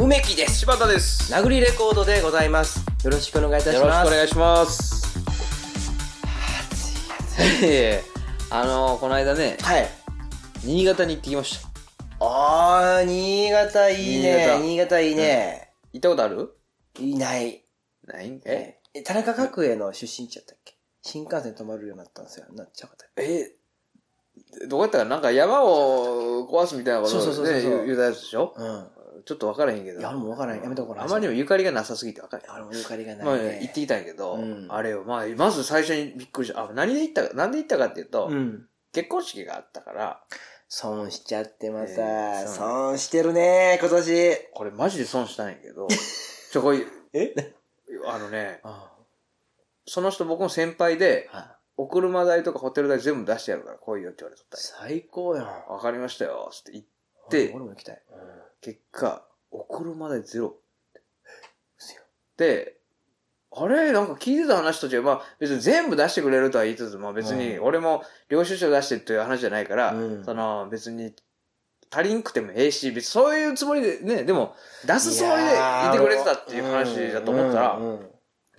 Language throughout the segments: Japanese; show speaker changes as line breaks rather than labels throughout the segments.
梅木です
柴田です。
殴りレコードでございますよろしくお願いいたし
よろし
ま
くお
す
願いします。
いやいやいや
あのー、この間ね、
はい
新潟に行ってきました。
あー新潟いいね新
新
潟いいね、
行ったことある
いない
ないんかい
え田中角栄の出身地やったっけ新幹線止まるようになったんですよなっちゃうかったっ
えどうやったかななんか山を壊すみたいなことを、ね、
そうそうそうそう
言言うたやつでしょ
けう
ちょっと分からへんけ
ん
ど。
いや俺も分からんやめとこう
あまりにもゆかりがなさすぎて分からへん。
あれもゆかりがない、ね
まあ、行ってきたんやけど、
うん
あれを、まあ、まず最初にびっくりした。あ、何で行ったか、なんで行ったかっていうと、
うん
結婚式があったから、
損しちゃってまた、
えーそう
損してるね今年
これマジで損したんや けど、ちょ、こい、
え
あのね、
あ
その人僕も先輩で、
あ
お車代とかホテル代全部出してやるから来いよって言われとったんや
最高やん
わかりましたよ、つって言って、
で俺も行きたい、うん、
結果、お車代ゼロ。で、あれなんか聞いてた話と違う。まあ別に全部出してくれるとは言いつつ、まあ別に
うん
俺も領収書出してという話じゃないから、
うん
その別に足りんくてもええし、別にそういうつもりでね、でも出すつもりでいてくれてたっていう話だと思った
う
ら、
んうんうん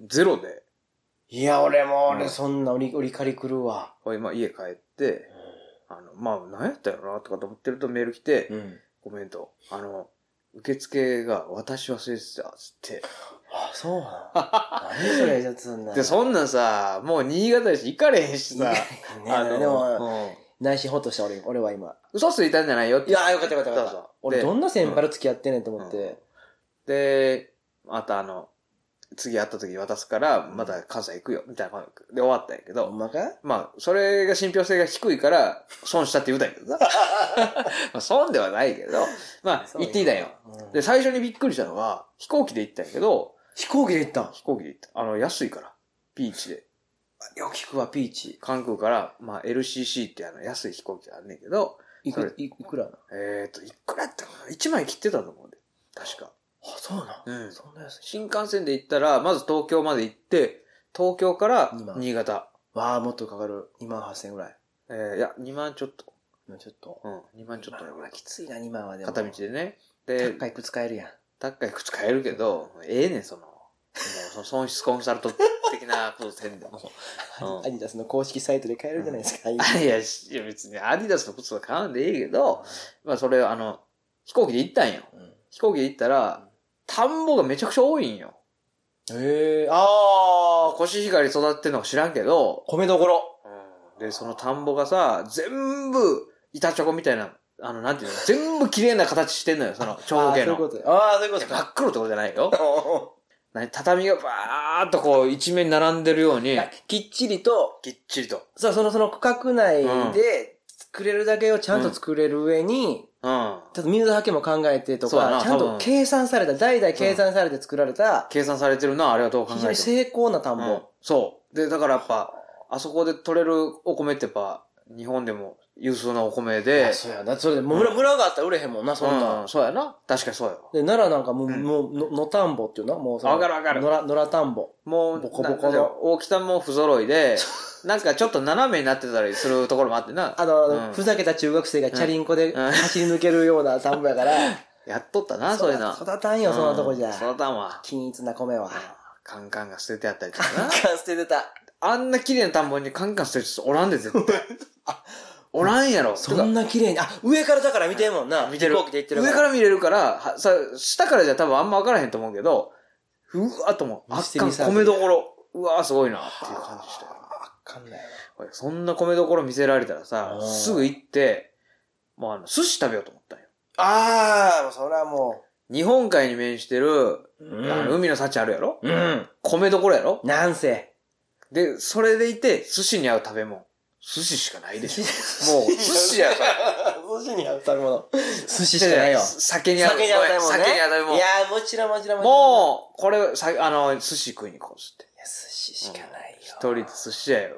ゼロで、
いや俺も
う
俺
ん
そんな折り折り借り来るわ
これ今家帰って、あの、まあ何やったよなとかと思ってるとメール来て、
ん
コメント。あの、受付が私忘れてた、つって。
あそうなの何それちょっとそんな
で、そ
なん
なんさ、もう新潟やし、行かれへんしさ。
あのでも
うん
内心ホッとした俺俺は今
嘘ついたんじゃないよって。
いやよかったよかったよかった
そうそう
俺
で
どんな先輩と付き合ってんねんと思って、
うんで、またあの、次会った時に渡すから、また関西行くよ、みたいな感じで終わったんやけ
ほ
ど、
んまか
まあ、それが信憑性が低いから、損したって言うたんやけ どな。まあ、損ではないけど、まあ、行っていたんよ。、
うん
で、最初にびっくりしたのは、飛行機で行ったんやけど、
飛行機で行ったん
飛行機で行った。あの、安いから、ピーチで。
よく聞くわピーチ
関空から、まあ、LCC ってあの安い飛行機があんねんけど、
い
それ
くいいくらな
えっ、と、いくらやったかな ?1 枚切ってたと思うんで。確か。
あ、そうな、
うんん。
そんな安い。
新幹線で行ったら、まず東京まで行って、東京から
二万
新潟。
わあ、もっとかかる。2万8000円ぐらい。
えー、いや、2万ちょっと。
もうちょっと。
うん、2万ちょっと
まあ
だ
まあ
け
きついな、2万はで
ど。
も。
片道でね。で、
高い靴買えるやん。
高い靴買えるけど、ええねん、その。もうその損失コンサルト的なことせんでも。うん
アディダスの公式サイトで買えるじゃないで すか。
あいや、しいや別にアディダスの靴は買わんでいいけど、まあそれ、あの、飛行機で行ったんよ。
うん
飛行機で行ったら、田んぼがめちゃくちゃ多いんよ。
へえ、あー、
コシヒカリ育ってんのか知らんけど、
米どころ。
で、その田んぼがさ、全部、板チョコみたいな、あの、なんていうの、全部綺麗な形してんのよ、その長方形
あーそういう
の。
ことあー、そういうこと
真
か。
っ黒ってことじゃないよ。
お
何畳がバーっとこう、一面に並んでるよう
ー
に、
きっちりと、
きっちりと。
さその、その区画内で作れるだけをちゃんと作れる上に、
うん。
ちょっと水はけも考えてと
そうや
か、
な
ちゃん
多
と
分
計算された、代々計算されて作られた、
計算されてるな、あれはどう考え
非
て
常
も
に。精巧な田んぼ。
うんそう。で、だからやっぱ、あそこで取れるお米ってやっぱ、日本でも有数なお米で
あ、そうやな。それで、村、村があったら売れへんもんな、そんな。
うんん、そうやな。確かにそうよ。
で、奈良なんかもう、
うん
もう、の、の田んぼっていうな、もうその
わかるわかる
のら、のら田んぼ。
もう、
ボコボコの
な大きさも不揃い で、なんかちょっと斜めになってたりするところもあってな。
あの、
うん
ふざけた中学生がチャリンコで
うん
走り抜けるような田んぼや から。
やっとったな、そういうの。
育たんよ、そんなとこじゃ
うん。育たんわ。
均一な米は。
カンカンが捨ててあったりとかな。
か捨ててた。
あんな綺麗な田んぼにカンカン捨てる人おらんで、絶 対。おらんやろ。
そんな綺麗に。あ、上からだから見てるもんな。
見てる
飛行機で行ってる
上
ら
から見れるから、はさ、下からじゃ多分あんま分からへんと思うけど、うわっともう、
ミ
あ
ス
っ
テ
か
リー
ん
サーク
米
ル
どころ。うわすごいな、っていう感じしたよ。
ああかんないわ。
おいそんな米どころ見せられたらさ
う、ん
すぐ行って、もうあの、寿司食べようと思ったんよ。
あー、もうそれはも
日本海に面してる、
う。
あの
うん。
海の幸あるやろ
うん。
米どころやろ
なんせ。
で、それでいて、寿司に合う食べ物。寿司しか ないでしょ。もう、寿司やから。
寿司に合う食べ物。寿司しかないよ。
酒に合う。
酒に合う食べ物ね。
酒に合う食べ
い
物
や。ー、もちろんもちろんもちろん。
もう、これ、さあの、寿司食いに行こうっつって。
いや、寿司しかないよ。
一人で寿司屋を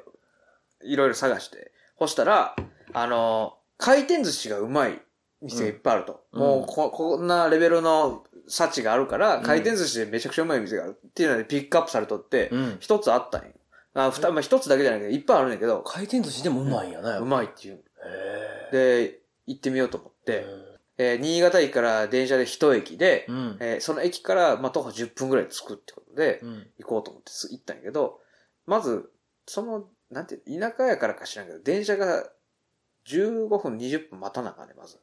いろいろ探して。そしたら、あの、回転寿司がうまい店がいっぱいあると。
うん
もうこ、こんなレベルの幸があるから、
うん
回転寿司でめちゃくちゃうまい店があるっていうのでピックアップされとって、
うん。
一つあったんよ。あ、二、まあ一つだけじゃないけど、いっぱいあるんだけど、
回転寿司でもうまいんやな、
う
い。
まいっていう。
へ
で、行ってみようと思っ
え
て、。えー新潟駅から電車で一駅で、
うん。
えーその駅から、まあ、徒歩10分ぐらいで着くってことで、
うん。
行こうと思ってす行ったんやけど、まず、その、なんていう、田舎やからか知らんけど、電車が15分、20分待たなあかんね、まず。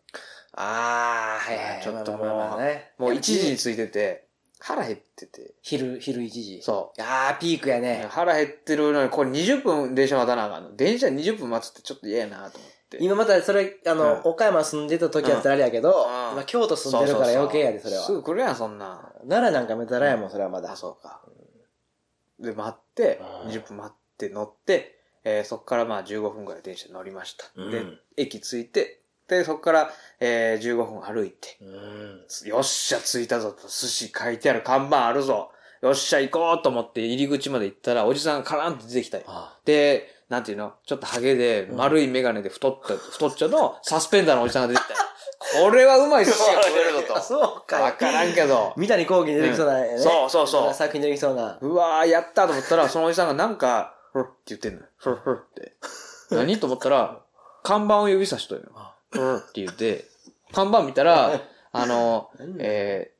あー、はいはいはい。
ちょっともう
まあまあまあね
もう1時に着いてて、腹減ってて。
昼、昼1時。
そ
あー、ピークや
う。
ね。
腹減ってるのに、これ20分電車待たなあかんの。電車20分待つってちょっと嫌やなと思って。
今またそれ、あ
うん
の、岡山住んでた時やったらあれやけど、
ん
今京都住んでるから余計やで、それは
す。ぐ来るやん、そんなん。
奈良なんかめたらやもん、それはまだ
あ、。そうか。で、待って、
うん
20分待って乗って、えーそこからまあ15分ぐらい電車に乗りました。
うん
で、駅着いて、で、そこから、えー15分歩いて、
うん。
よっしゃ、着いたぞと、寿司書いてある看板あるぞ。よっしゃ、行こうと思って入り口まで行ったら、おじさんがカランって出てきたよ。
あ
で、なんていうのちょっとハゲで、丸いメガネで太った、太っちょのサスペンダーのおじさんが出てきたよ。これはうまい寿司が食えるぞと。
そうか。
わからんけど。
三谷幸喜に出てきそうなね。
そうそうそう。
作品に出てきそうな。
うわー、やったと思ったら、そのおじさんがなんか、ふっって言ってんのよ。ふっふっって。何と思ったら、看板を指さしとんよ。ふっって言って、看板見たら、あの、えー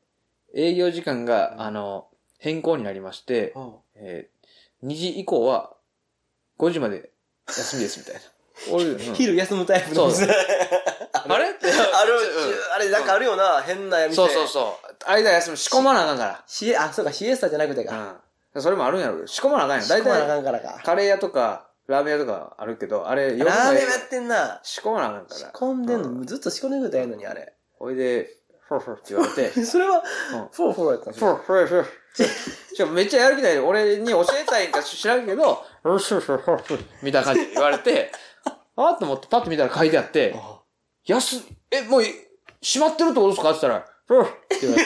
営業時間が、あの、変更になりまして、えー2時以降は、5時まで休みです、みたいな。俺、うん
昼休むタイプの
そうあれって
ある
うん、
あれ、なんかあるよな、変な店。
そうそうそう。間休む、仕込まなあかんか
シエ、あ、そうか、シエスタじゃなくてか。
ら。うん。それもあるんやろうけど、仕込まなあかんやん。
仕
大
込まなあ
体、
かんからか。
カレー屋とか、ラーメン屋とかあるけど、あれ、
ラ
夜ま
ーメ
で
ンもやってんな。
仕込まなあかんから。
仕込んでん
う
の、ずっと仕込んでくれたらええのに、あれ。
おいで、フォロフォロって言われて、
それは
うん、
フォーフォーやったん
フォロフォロフォロ。しかもめっちゃやる気ないで、俺に教えたいんか知らんけど、フォロフォロフォロフォロみたいな感じで言われて、 あーと思ってパッと見たら書いてあって、安い、え、もうい、閉まってるってことですかって言ったら、フォロフォロって言わ れ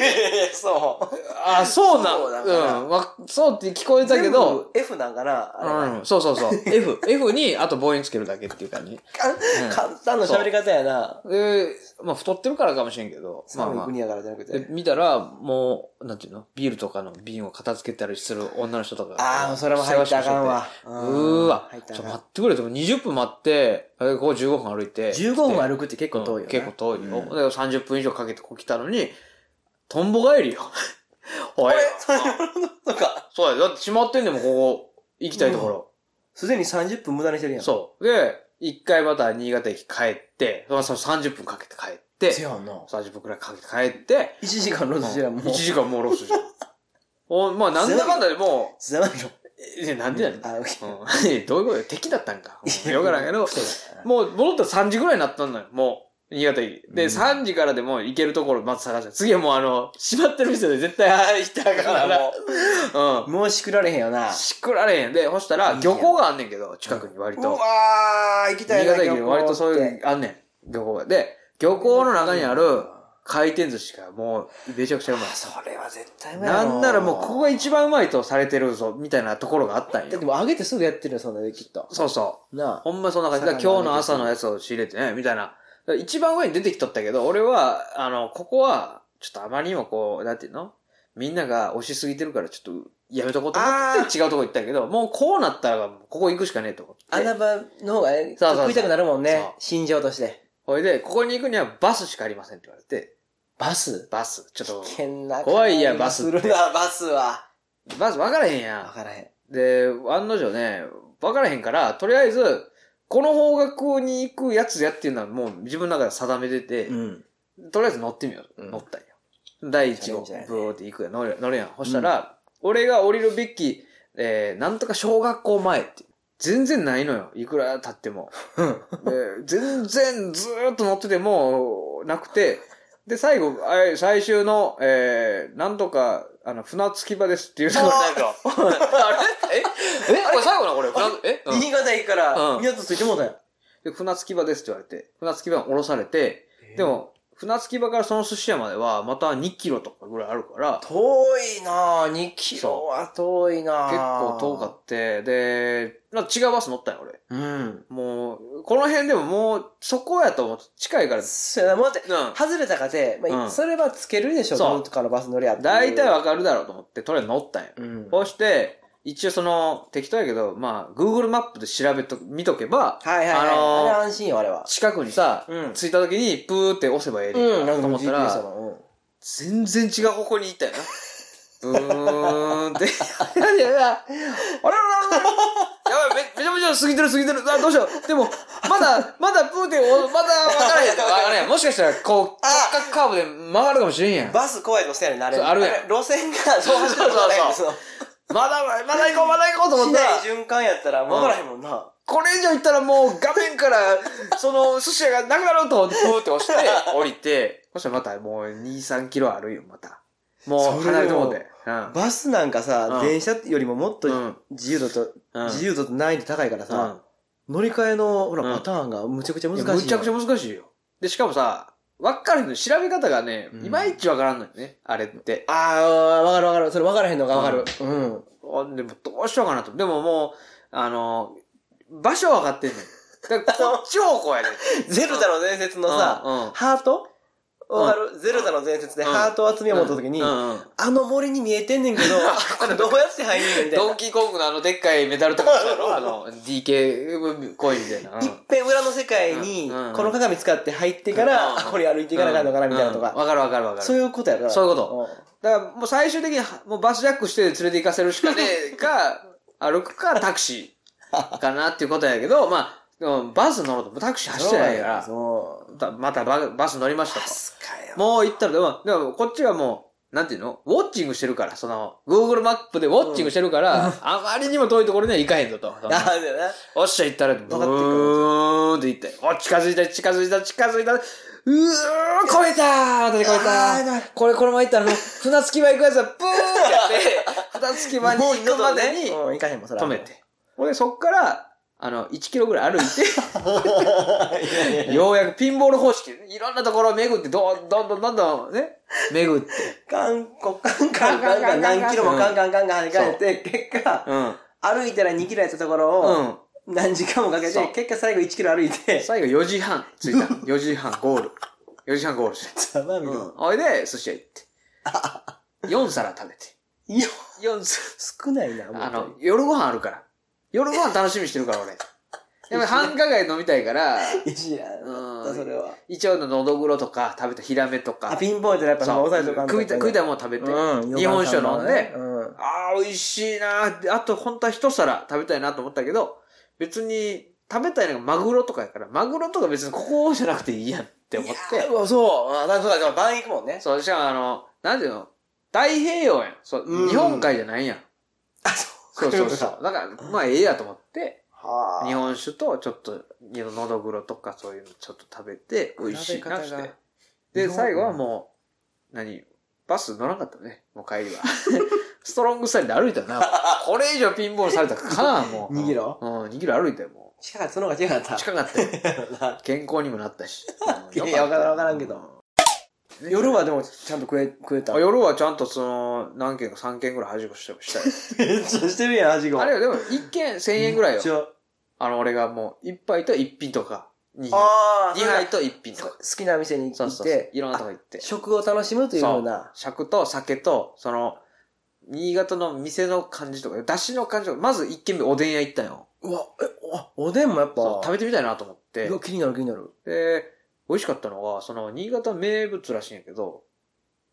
て、
そう。
あ、そうな
そうだ
ん。
から
うん、わそうって聞こえたけど、、
F なんかな、あれは。
うん、そうそうそう。F。F に、あと棒につけるだけっていう感じ。うん
簡単な喋り方やな。
で、まあ、太ってるからかもしれんけど、まあ
寒い
まあ。
国やからじゃなく
で
て。
見たら、もう、なんていうのビールとかの瓶を片付けたりする女の人とか
ああ、それも入ってあかんわ。。う
うーわ
入っ。た
ちょ、
らあ
待
かん。
ってくれと。20分待って、えここ15分歩いて。
15分歩くって結構
う
遠いよ
ん
な。
結構遠いよ。
うん
だから30分以上かけてここ来たのに、とんぼ帰りよ。 おい。
そうか。
そうや。だって閉まってんでもんここ、行きたいところ。
すでに30分無駄にしてるやん。
そう。で、一回また新潟駅帰って、まあ、その30分かけて帰って、
せやんな。1
30分くらいかけて帰って、
時間ロスしてらもう
1。時 間もうロスじゃん。おまあ、なんだかんだでも
ざまいろ。
う、え、なんでやねん。うん
あ、オッケー。
どういうことよ敵だったんか。うんよくわからんけど、
そうだ
もう戻ったら3時ぐらいになったんだよ、もう。新潟駅。で、
うん
3時からでも行けるところまず探して、次はもうあの、閉まってる店で絶対、ああ、行った
だから も
ら、う
う、
ん。
もうしくられへんよな。
しくられへん。で、ほしたら、漁港があんねんけど、近くに割
う
と。
わー、行きたい
新
な。
潟駅で
旅行
割とそうい
っ
う
て、
あんねん。漁港が。で、漁港の中にある回転寿司がもうめちゃくちゃうまい
あ、。それは絶対うまいや
な
ろ
んならもうここが一番うまいとされてるぞ、みたいなところがあったん
だっ
よ
て。もう上げてすぐやってるよ、そんなできっと。
そうそう。
なあ。
ほんまそんな感じ。だから今日の朝のやつを仕入れてね、みたいな。だから一番上に出てきとったけど、俺は、あの、ここは、ちょっとあまりにもこう、なんていうのみんなが押しすぎてるからちょっとやめとこうと思って違うとこ行ったけど、もうこうなったらここ行くしかねえと思って。
穴場の方がえ
そうそうそう
食いたくなるもん
そう
ね。心情として。
ほいで、ここに行くにはバスしかありませんって言われて、
バス
バス、ちょっと
危、険な。
怖いやバス
するな、バスは。
バス分からへんや
わ
ん。
からへん。
で、案の定ね、分からへんから、とりあえず、この方角に行くやつやっていうのはもう自分の中で定めてて、
ん。
とりあえず乗ってみよう。
うん
乗ったんよ。第1号、
チャレンジだよね
ブーって行くやん。乗る乗るやん。そしたら、俺が降りるべき、えー、なんとか小学校前って。全然ないのよ。いくら経って も。で全然ずーっと乗っててもなくて、で、最後、あれ最終の、えー、なんとか、あの、船着き場ですっていうところになるの あれええこれ最後なこれ船え、うん
新潟駅か
う
ら、
ん
港ついてもうたよ。
で、船着き場ですって言われて、船着き場に降ろされて、で、も、船着き場からその寿司屋までは、また2キロとかぐらいあるから、結
遠いなぁ、2キロは遠いなぁ。
構遠かって、で、なんか違うバス乗ったんよ、俺。
た。うん。
もう、この辺でももう、そこやと思って、近いから、う
そうやな、待って、
ん。
外れたかて、ま
うん
あ、それはつけるでしょ、
そう
どうとかのバス乗りゃっていう。
大体わかるだろうと思って、とりあえず乗ったんよ。
うん。
こうして、一応その、適当やけど、まあ、Google マップで調べと、見とけば、
はいはいはい。
あのー
あれ安心よ、あれは。
近くにさ、
うん
着いた時に、プーって押せばええで
うん、なん
と
か
思
もう
った
GPS
ら、
の。うん
全然違う方向に行ったよ な。ブーンって。いやいやいやあれあれあれやばい、めめちゃめちゃ過ぎてる過ぎてる。あ、どうしよう。でも、まだ、まだプーって、おまだ分 からへん。分からへん。もしかしたら、こう、
あ
直角カーブで曲がるかもしれんやん。
バス怖い路線やねんあれ。
そうあるやん
れ路線が、そう
そうそうまだ、まだ行こう、まだ行こうと思っ
し
たら
ない循環やったら分からへんもんな。
これ以上行ったらもう画面から、その寿司屋がなくなると思って、プーって押 して、降りて、そしたらまたもう2、3キロあるよ、また。もう
それ
離れて
でも
もうて。うん。
バスなんかさ
う、ん
電車よりももっと
うん
自由度と、
うん
自由度と難易度高いからさ、乗り換えの、ほら、
うん
パターンがむちゃくちゃ
うん
難
い
しい
やむち
のよ。
ゃくちゃ難しいよ。で、しかもさ、わかるの調べ方がね
う、ん
いまいちわからんのよね、あれって。
ああ、わかるわかる。それ分からへんのがわかる。うん。
あでも、どうしようかなと。でももう、あの、場所は分かってんのよ。だからこっち方向やねん。
ゼルダの伝 説の
う
さ、
ん、うん
ハートわかるゼルダの伝説で
うん
ハートを集めようとった時に
う、んうん
あの森に見えてんねんけど、あれどうやって入んねんみたい
ド
な
ン。キーコングのあのでっかいメダルとかあるあの、DK コインみたいな。
いっぺん裏の世界に
うんうん、
この鏡使って入ってから、
うん
あこれ歩いていかなあかんのかなみたいなと
うん
か。
わかるわかるわか
そう
る。
いうことやから。
そういうことだからもう最終的にはもうバスジャックして連れて行かせるしかねえ か、歩くかタクシーかなっていうことやけど、まあでも、バス乗ろうともうタクシー
うん。
走ってないから、
そう。
たまたババス乗りました
バ
と。
スかよ。
もう行ったら、でも、でもこっちはもう、なんていうのウォッチングしてるから、その、Google マップでウォッチングしてるから、あまりにも遠いところには行かへんぞと。
ああ、だよな。
おっしゃ、行ったら、ブ
かってる
ーンって行って、お、近づいた、近づいた、近づいた、うー、超えたー私超え
あー
た
な
これ、この前行ったら、あの船着き場行くやつは、プーってやって、 船着き場に
もう
行くまでに、
行かへんもん、それは
止めて。ほんで、そっから、あの、1キロぐらい歩いて、ようやくピンボール方式、いろんなところを巡って、どんどんどんどんどんね、巡って。
韓国、カンカンカンカン、何キロもカンカンカンカン跳ね返って、結果、
うん。
歩いたら2キロやったところ
う
を、
ん。
何時間もかけ
そ
て
う、
結果最後1キロ歩いて、
最後4時半着い た。4時半ゴール。4時半ゴールして。
ざまみ
うん。おいで、寿司屋行 って。4皿食べて。
いや、
4皿。
少ないな、もう
あの、夜ご飯あるから。夜ご飯楽しみにしてる から、俺。やっぱり繁華街飲みたいから、
いや知らんかった、それは。
一応ののどぐろとか食べたヒラメと
あ、
か。
ピンポイントでやっぱそ
そ
の
う
抑えとかんと
食いた食いたいもの食べて。
うん
日本酒飲んで。
うん
ああ、美味しいなーであと、本当は一皿食べたいなと思ったけど、別に食べたいのがマグロとかやから、マグロとか別にここじゃなくていいやんって思っ
いや
て。
うわそう。あ、だからそうだ、だから晩行くもんね。
そう、しかもあの、なんていうの太平洋やん。そう、
うん
日本海じゃないやん。
あ、そう。
そうそう そう。だから、まあええやと思って、
はあ
日本酒とちょっと、のどぐろとかそういうのちょっと食べて、美味しいなっ
比べ方
て
が。
で、
日本
最後はもう、何バス乗らなかったね。もう帰りは。 ストロングスタイルで歩いたよな。これ以上ピンボールされたらかな、もう。
2キロ
うん、2キロ歩いたよ、も
近かった、その方が近かった
う。。近かったよ。
な
健康にもなったし。
いやいや、わからんわからんけど。
ね
夜はでもちゃんと食え、食えた。
あ夜はちゃんとその、何軒か3軒ぐらいはじこしたりしたよ。
めっちゃしてるやん、味が。
あれはでも1軒1000円ぐらいよ
めっ。ちゃ
あの、俺がもう、1杯と1品とか、2杯。
ああ、
2杯と1品と
そう
か
好。きな店に
そ
行
う
っ
そうそう
て。、
いろんなとこ行って。
食を楽しむというような。
尺と酒と、その、新潟の店の感じとか、出汁の感じとか、まず一軒目おでん屋行ったんよ。
うわ、え、あおでんもやっぱ
そう、食べてみたいなと思っ
べ
て
うわ、。気になる気になる。
で、美味しかったのは、その、新潟名物らしいんやけど、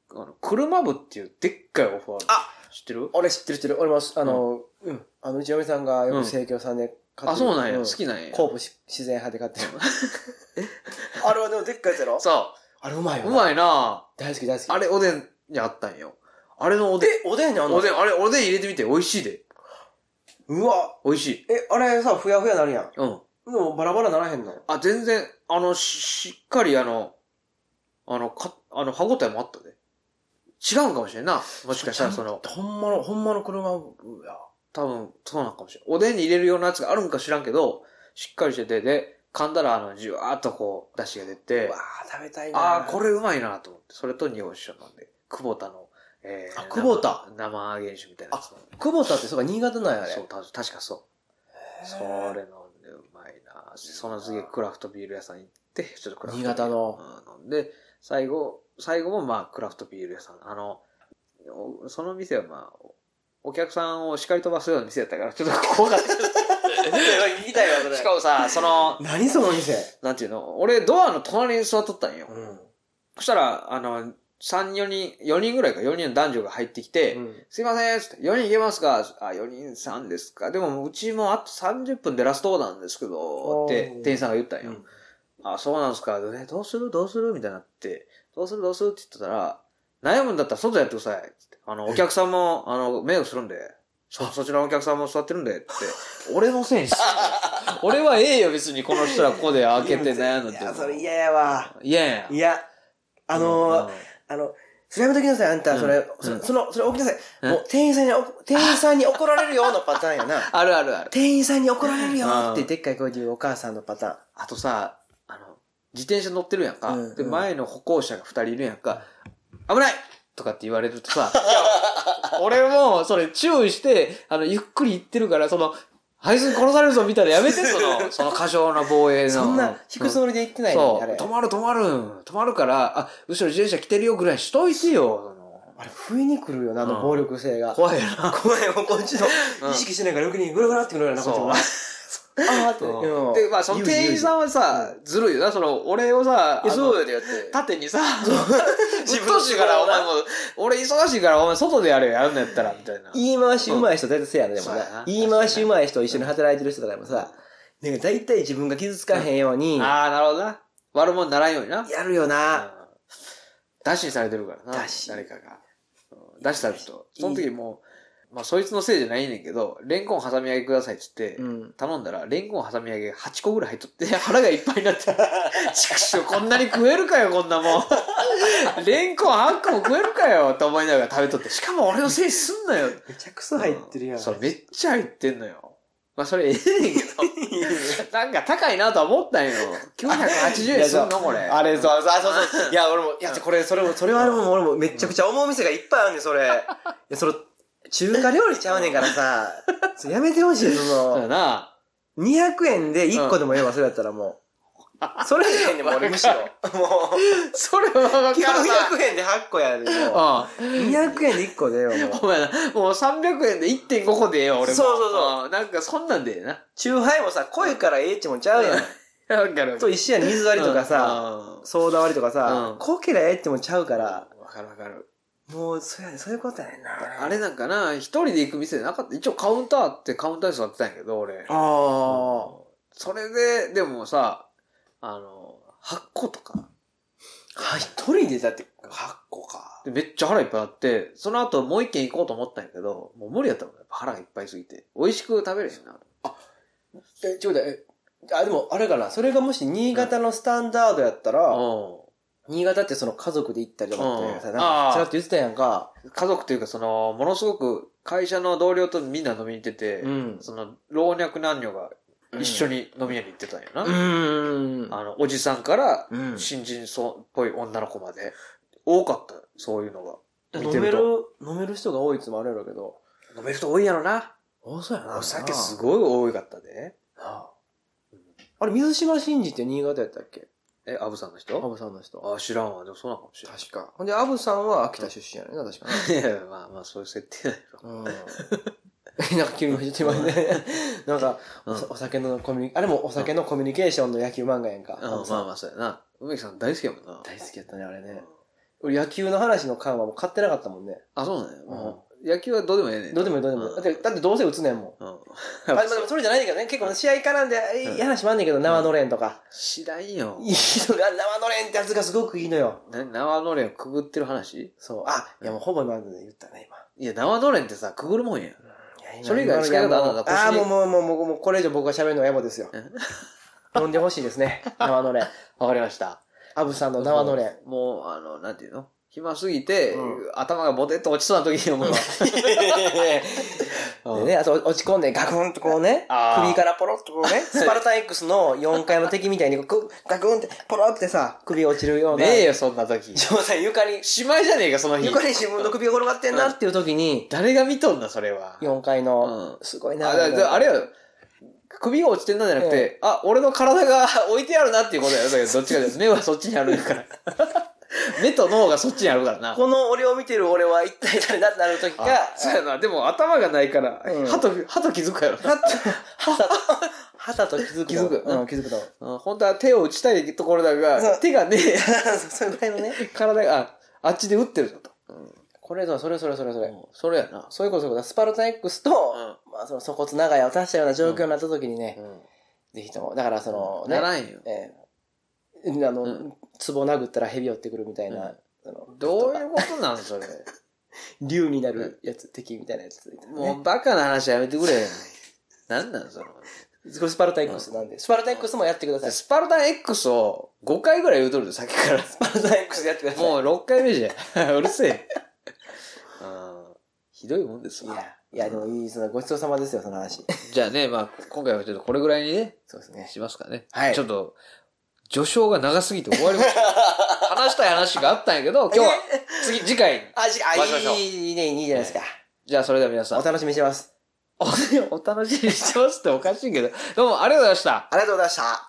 あの、車部っていうでっかいオファー。
あ
知ってる
俺知ってる知ってる。俺も、あの、うん。あの、うちの嫁さんがよく生協さんで買
あ、
ってる
そうなんや。好きなんや。
コープし自然派で買ってる。 あれはでもでっかいやつやろ
そ。
あれうまいうよ
う
な。
まいな
大好き大好き。
あれおでんにあったんよ。あれのおでん。
え、おでんにあんの
おでん、あれおでん入れてみて。美味しいで。
うわ、
美味しい。
え、あれさ、ふやふやなるやん。
うん。
でもバラバラならへんの
あ、全然、あの、ししっかりあの、あの、か、あの、歯応えもあったで。違うんかもしれんな。もしかしたらその、
ほんまの、ほんまの車部や。
多分、そうなんかもしれん。おでんに入れるようなやつがあるんか知らんけど、しっかりしてて、で、噛んだらあの、じゅわーっとこう、出汁が出
う
て
わ、ー食べたいな
ああ、これうまいなと思って、それと日本酒なんで、久保田の、えー、
あ久保田
生生原酒みたいなやつなんで
久保田ってそうか新潟なんやあれ
そう、た確かそう。それ飲んでうまいなその次クラフトビール屋さん行って、ちょっとクラフトビール。
新潟の
うん。飲んで、最後、最後もまあクラフトビール屋さん。あの、おその店はまあ、お客さんを叱り飛ばすような店やったから、ちょっと怖かった。
聞きたいわ、そ
しかもさ、その、
何その店。
なんていうの俺、ドアの隣に座っとったんよ。
うん。
そしたら、あの、3、4人、4人ぐらいか、4人の男女が入ってきて、
うん
すいません、つって、4人いけますかあ、4人さんですかでも、うちもあと30分でラストオーダーなんですけど、
おー
って店員さんが言ったんよ。
うん
あ、そうなんですかえ、どうするどうするみたいになって、どうするどうするって言ってたら、悩むんだったら外やってください。つってあの、お客さんも、あの、迷惑するんで、そ、そちらのお客さんも座ってるんで、って、 俺のせいに して。俺はええよ、別にこの人らここで開けて悩むっ
い
て。
や、それ嫌やわ。
嫌やん
い
や。
や、あのー、
うん
あの、それやめときなさい、あんた、それ、
うん
そ
うん
その、それ起きなさい。
うん
もう、店員さんにお、店員さんに怒られるよのパターンやな。
あるあるある。
店員さんに怒られるよっ
う
て、
ん
でっかい声で言うお母さんのパタ
あとさ、あの、自転車乗ってるやんか。
うん
で、
うん
前の歩行者が二人いるやんか。危ないとかって言われると さ、いや俺もそれ注意して、あの、ゆっくり行ってるから、その、あいつに殺されるぞみたいなやめて、そ の、その過剰な防衛
ー
の。
ン。そんな、引くつもりで言ってないの
そ
にあ
う。
れ。
止まる止まる。止まるから、あ、後ろ自転車来てるよぐらいしといてよ。
あれ、不意に来るよな、あ
う
の
ん
暴力性が。
怖いな。
ごめん、もうこっちの
うん
意識してないから、余計にぐるぐるってくるようなこと
そう
は。ああって。うん
で、まあ、その店員さんはさ、ずるいよな。その、俺をさ、
いやそう
あの
よでやって。
縦にさ、
自
自
分
分
の
し
仕
い
事
から、お前
な
もう、俺忙しいから、お前外でやれよ、やるんやったら、みたいな。
言い回し上手い人大体せやな、でも
そうやな
な。言い回し上手い人一緒に働いてる人とかでもさ、なんか大体自分が傷つかへんように、
ああ、なるほどな。悪者にならんようにな。
やるよな。
うんダッシュされてるからな。
ダッシュ
誰かが。うんダッシュされてると。その時もう、まあ、そいつのせいじゃないねんけど、レンコン挟み揚げくださいって言って、
うん。
頼んだら、レンコン挟み揚げ8個ぐらい入っとって、 腹がいっぱいになって、畜生、こんなに食えるかよ、こんなもん。レンコン8個も食えるかよ、と思いながら食べとって、しかも俺のせいにすんなよ。
めちゃくそ入ってるやん。
そう、 めっちゃ入ってんのよ。まあ、それええねんけど。なんか高いなとは思ったんよ。980円すんのこれ。
あれ、そう、そう、そう、そう。いや、俺も、いや、これ、それも、それはもう、俺も、めっちゃくちゃ思う店がいっぱいあるねん、それ。いや、その、中華料理ちゃうねんか らさ、それやめてほしい、
そ
そ
や
うの、
な。
200円で1個でもええわ、それやったらもう。それでええねん、もう俺、むし ろ。も
それはわ
う、基
か
本
るな。
100円で8個やで、もう。
う
200円で1個でええわ、もう。
ん。お前な、もう300円で1.5個でええよ、俺も。
そうそうそ
うん。なんかそんなんでええな。
チューハイもさ、濃いからええっちもんちゃうやん。
わかる。
と一緒やん、水割りとかさ、
うん、
ソーダ割りとか
う
さ
ん、
濃けりゃええってもんちゃうから、
わかるわかる。
もう、そうやねん、そういうことやねんな。
あれなんかな、一人で行く店なかった。一応カウンターあってカウンターに座ってたんやけど、俺。
ああ。
それで、でもさ、あの、8個とか。
は一人でだって8個か。
でめっちゃ腹いっぱいあって、その後もう一軒行こうと思ったんやけど、もう無理やったもん、やっぱ腹がいっぱいすぎて。美味しく食べれへんな。
え、ちょうだい。えあ、でも、あれかな。それがもし、新潟のスタンダードやったら、
う
新潟ってその家族で行ったりとかってさ、
うん
なん
あ
か
ー、
ちらっと言ってたやんか。
ん。家族というか、その、ものすごく会社の同僚とみんな飲みに行ってて、
ん
その、老若男女が一緒
に。
に飲み屋に行ってたんやな。
うん。
あの、おじさんから、
うん
新人そうっぽい女の子まで。多かった、そういうのが。
飲
見てる
める
と、
飲める人が多いつもあるやろうけど。
飲めると多いやろな。
あ、そうや
お酒す
ごい。
ごい多かったで。
ああれ、水島新司って新潟やったっけ
え、アブさんの
ア
人
ブさんの人。
あ、知らんわ。でもそうなのかもしれない。
確か。ほんで、アブさんは秋田出身やねんな、確かね。
いやまあまあ、そういう設定だよ。
うんなんか急に言ってまい ね。なんか、
うん
おさお酒のコミュニ、あれもお酒のコミュニケーションの野球漫画やんか。
うん、まあまあ、そうやな。梅木さん大好きやもんな。
大好きやったね、あれ
う
ね
ん。
俺野球の話の感はもう買ってなかったもんね。
あ、そうなんや。もう、野球はどうでもええねん。
どうでもいいどうでもいい。
うん
だって、だってどうせ打つ ねんもん。
うん。
あ、まあでもそれじゃないんだけどね、結構試合絡んで、い
うん
い話もあんねんけど、縄のれんとか。
知らんよ
い。いのが、縄のれんってやつがすごくいいのよ。
な縄のれんをくぐってる話
そう。あ、いやもうほぼ今ので言ったね、今。
いや、縄のれんってさ、くぐるもんや。
いや今
それ以外の使い方あるんだ
今の
腰に
あーもうもうもうもうもうこれ以上僕が喋るのは野暮ですよ
うん。
飲んでほしいです ね、縄のれん。
わかりました。
アブさんの縄 のれん。
もう、あの、なんていうの暇すぎて
う、
頭がボテッと落ちそうな時に思うわ。
でね、あと落ち込んでガクンとこう ね、
あー
首からポロッとこう ね、スパルタン X の4階の敵みたいに こうガクンってポロってさ、首落ちるよう
ね
な。
えよ、そんな時。
翔さん床に、
しまいじゃねえか、その日。
床に自分の首が転がってんなっていう時に、
誰が見とんだ、それは。
4階の
う、
すごいな。
あだだあれよ、首が落ちてんなんじゃなく て、あ、俺の体が置いてあるなっていうことやよ。だけど、どっちかです。目はそっちにあるから。目と脳がそっちにあるからな。
この俺を見てる俺は一体誰だってなる時が、
あそうやな。でも頭がないから、
うん
歯と、歯と気づくやろな。
はた、はた、はたと気づく。
気づく
うん、気づくと。
うん本当は手を打ちたいところだ
そ
が、
う
手がねえ、
それぐらいのね。
体が、あ、あっちで打ってるぞと。
これぞ、それそれそれそれ。
うんそれやな。
そういうことそういうこと。スパルタン X と、まあ、その、粗骨長屋を足したような状況になった時にね、ぜひとも、だからその、
な
ね、
らんよ。
ええ、あ
う
の
ん、
壺殴ったら蛇寄ってくるみたいな、あの
どういうことなんそ れ。
竜になるやつ、敵みたいなやつ。
も
ね
うバカな話やめてくれ。なんなんそれ。
これスパルタン X なんで、スパルタン X もやってください。ス
スパルタン X を5回ぐらい言うとるで、さっきから。
パルタン X やってください。
もう6回目じゃん。 うるせえ。うんひどいもんです
い
わ。
や、いや、でもいい、その、ごちそうさまですよ、その話。
じゃあね、まあ、今回はちょっとこれぐらいにね、
そうですね。
しますかね。
はい
ちょっと、序章が長すぎて終わりま した。話したい話があったんやけど、今日は、次、次回に。
あ、じ、あ、
回しましょう
いい、いいね、いいじゃないですか。
じゃあ、それでは皆さん
お、楽しみにしてます。
おお楽しみにしてますっておかしいけど、どうもありがとうございました。
ありがとうございました。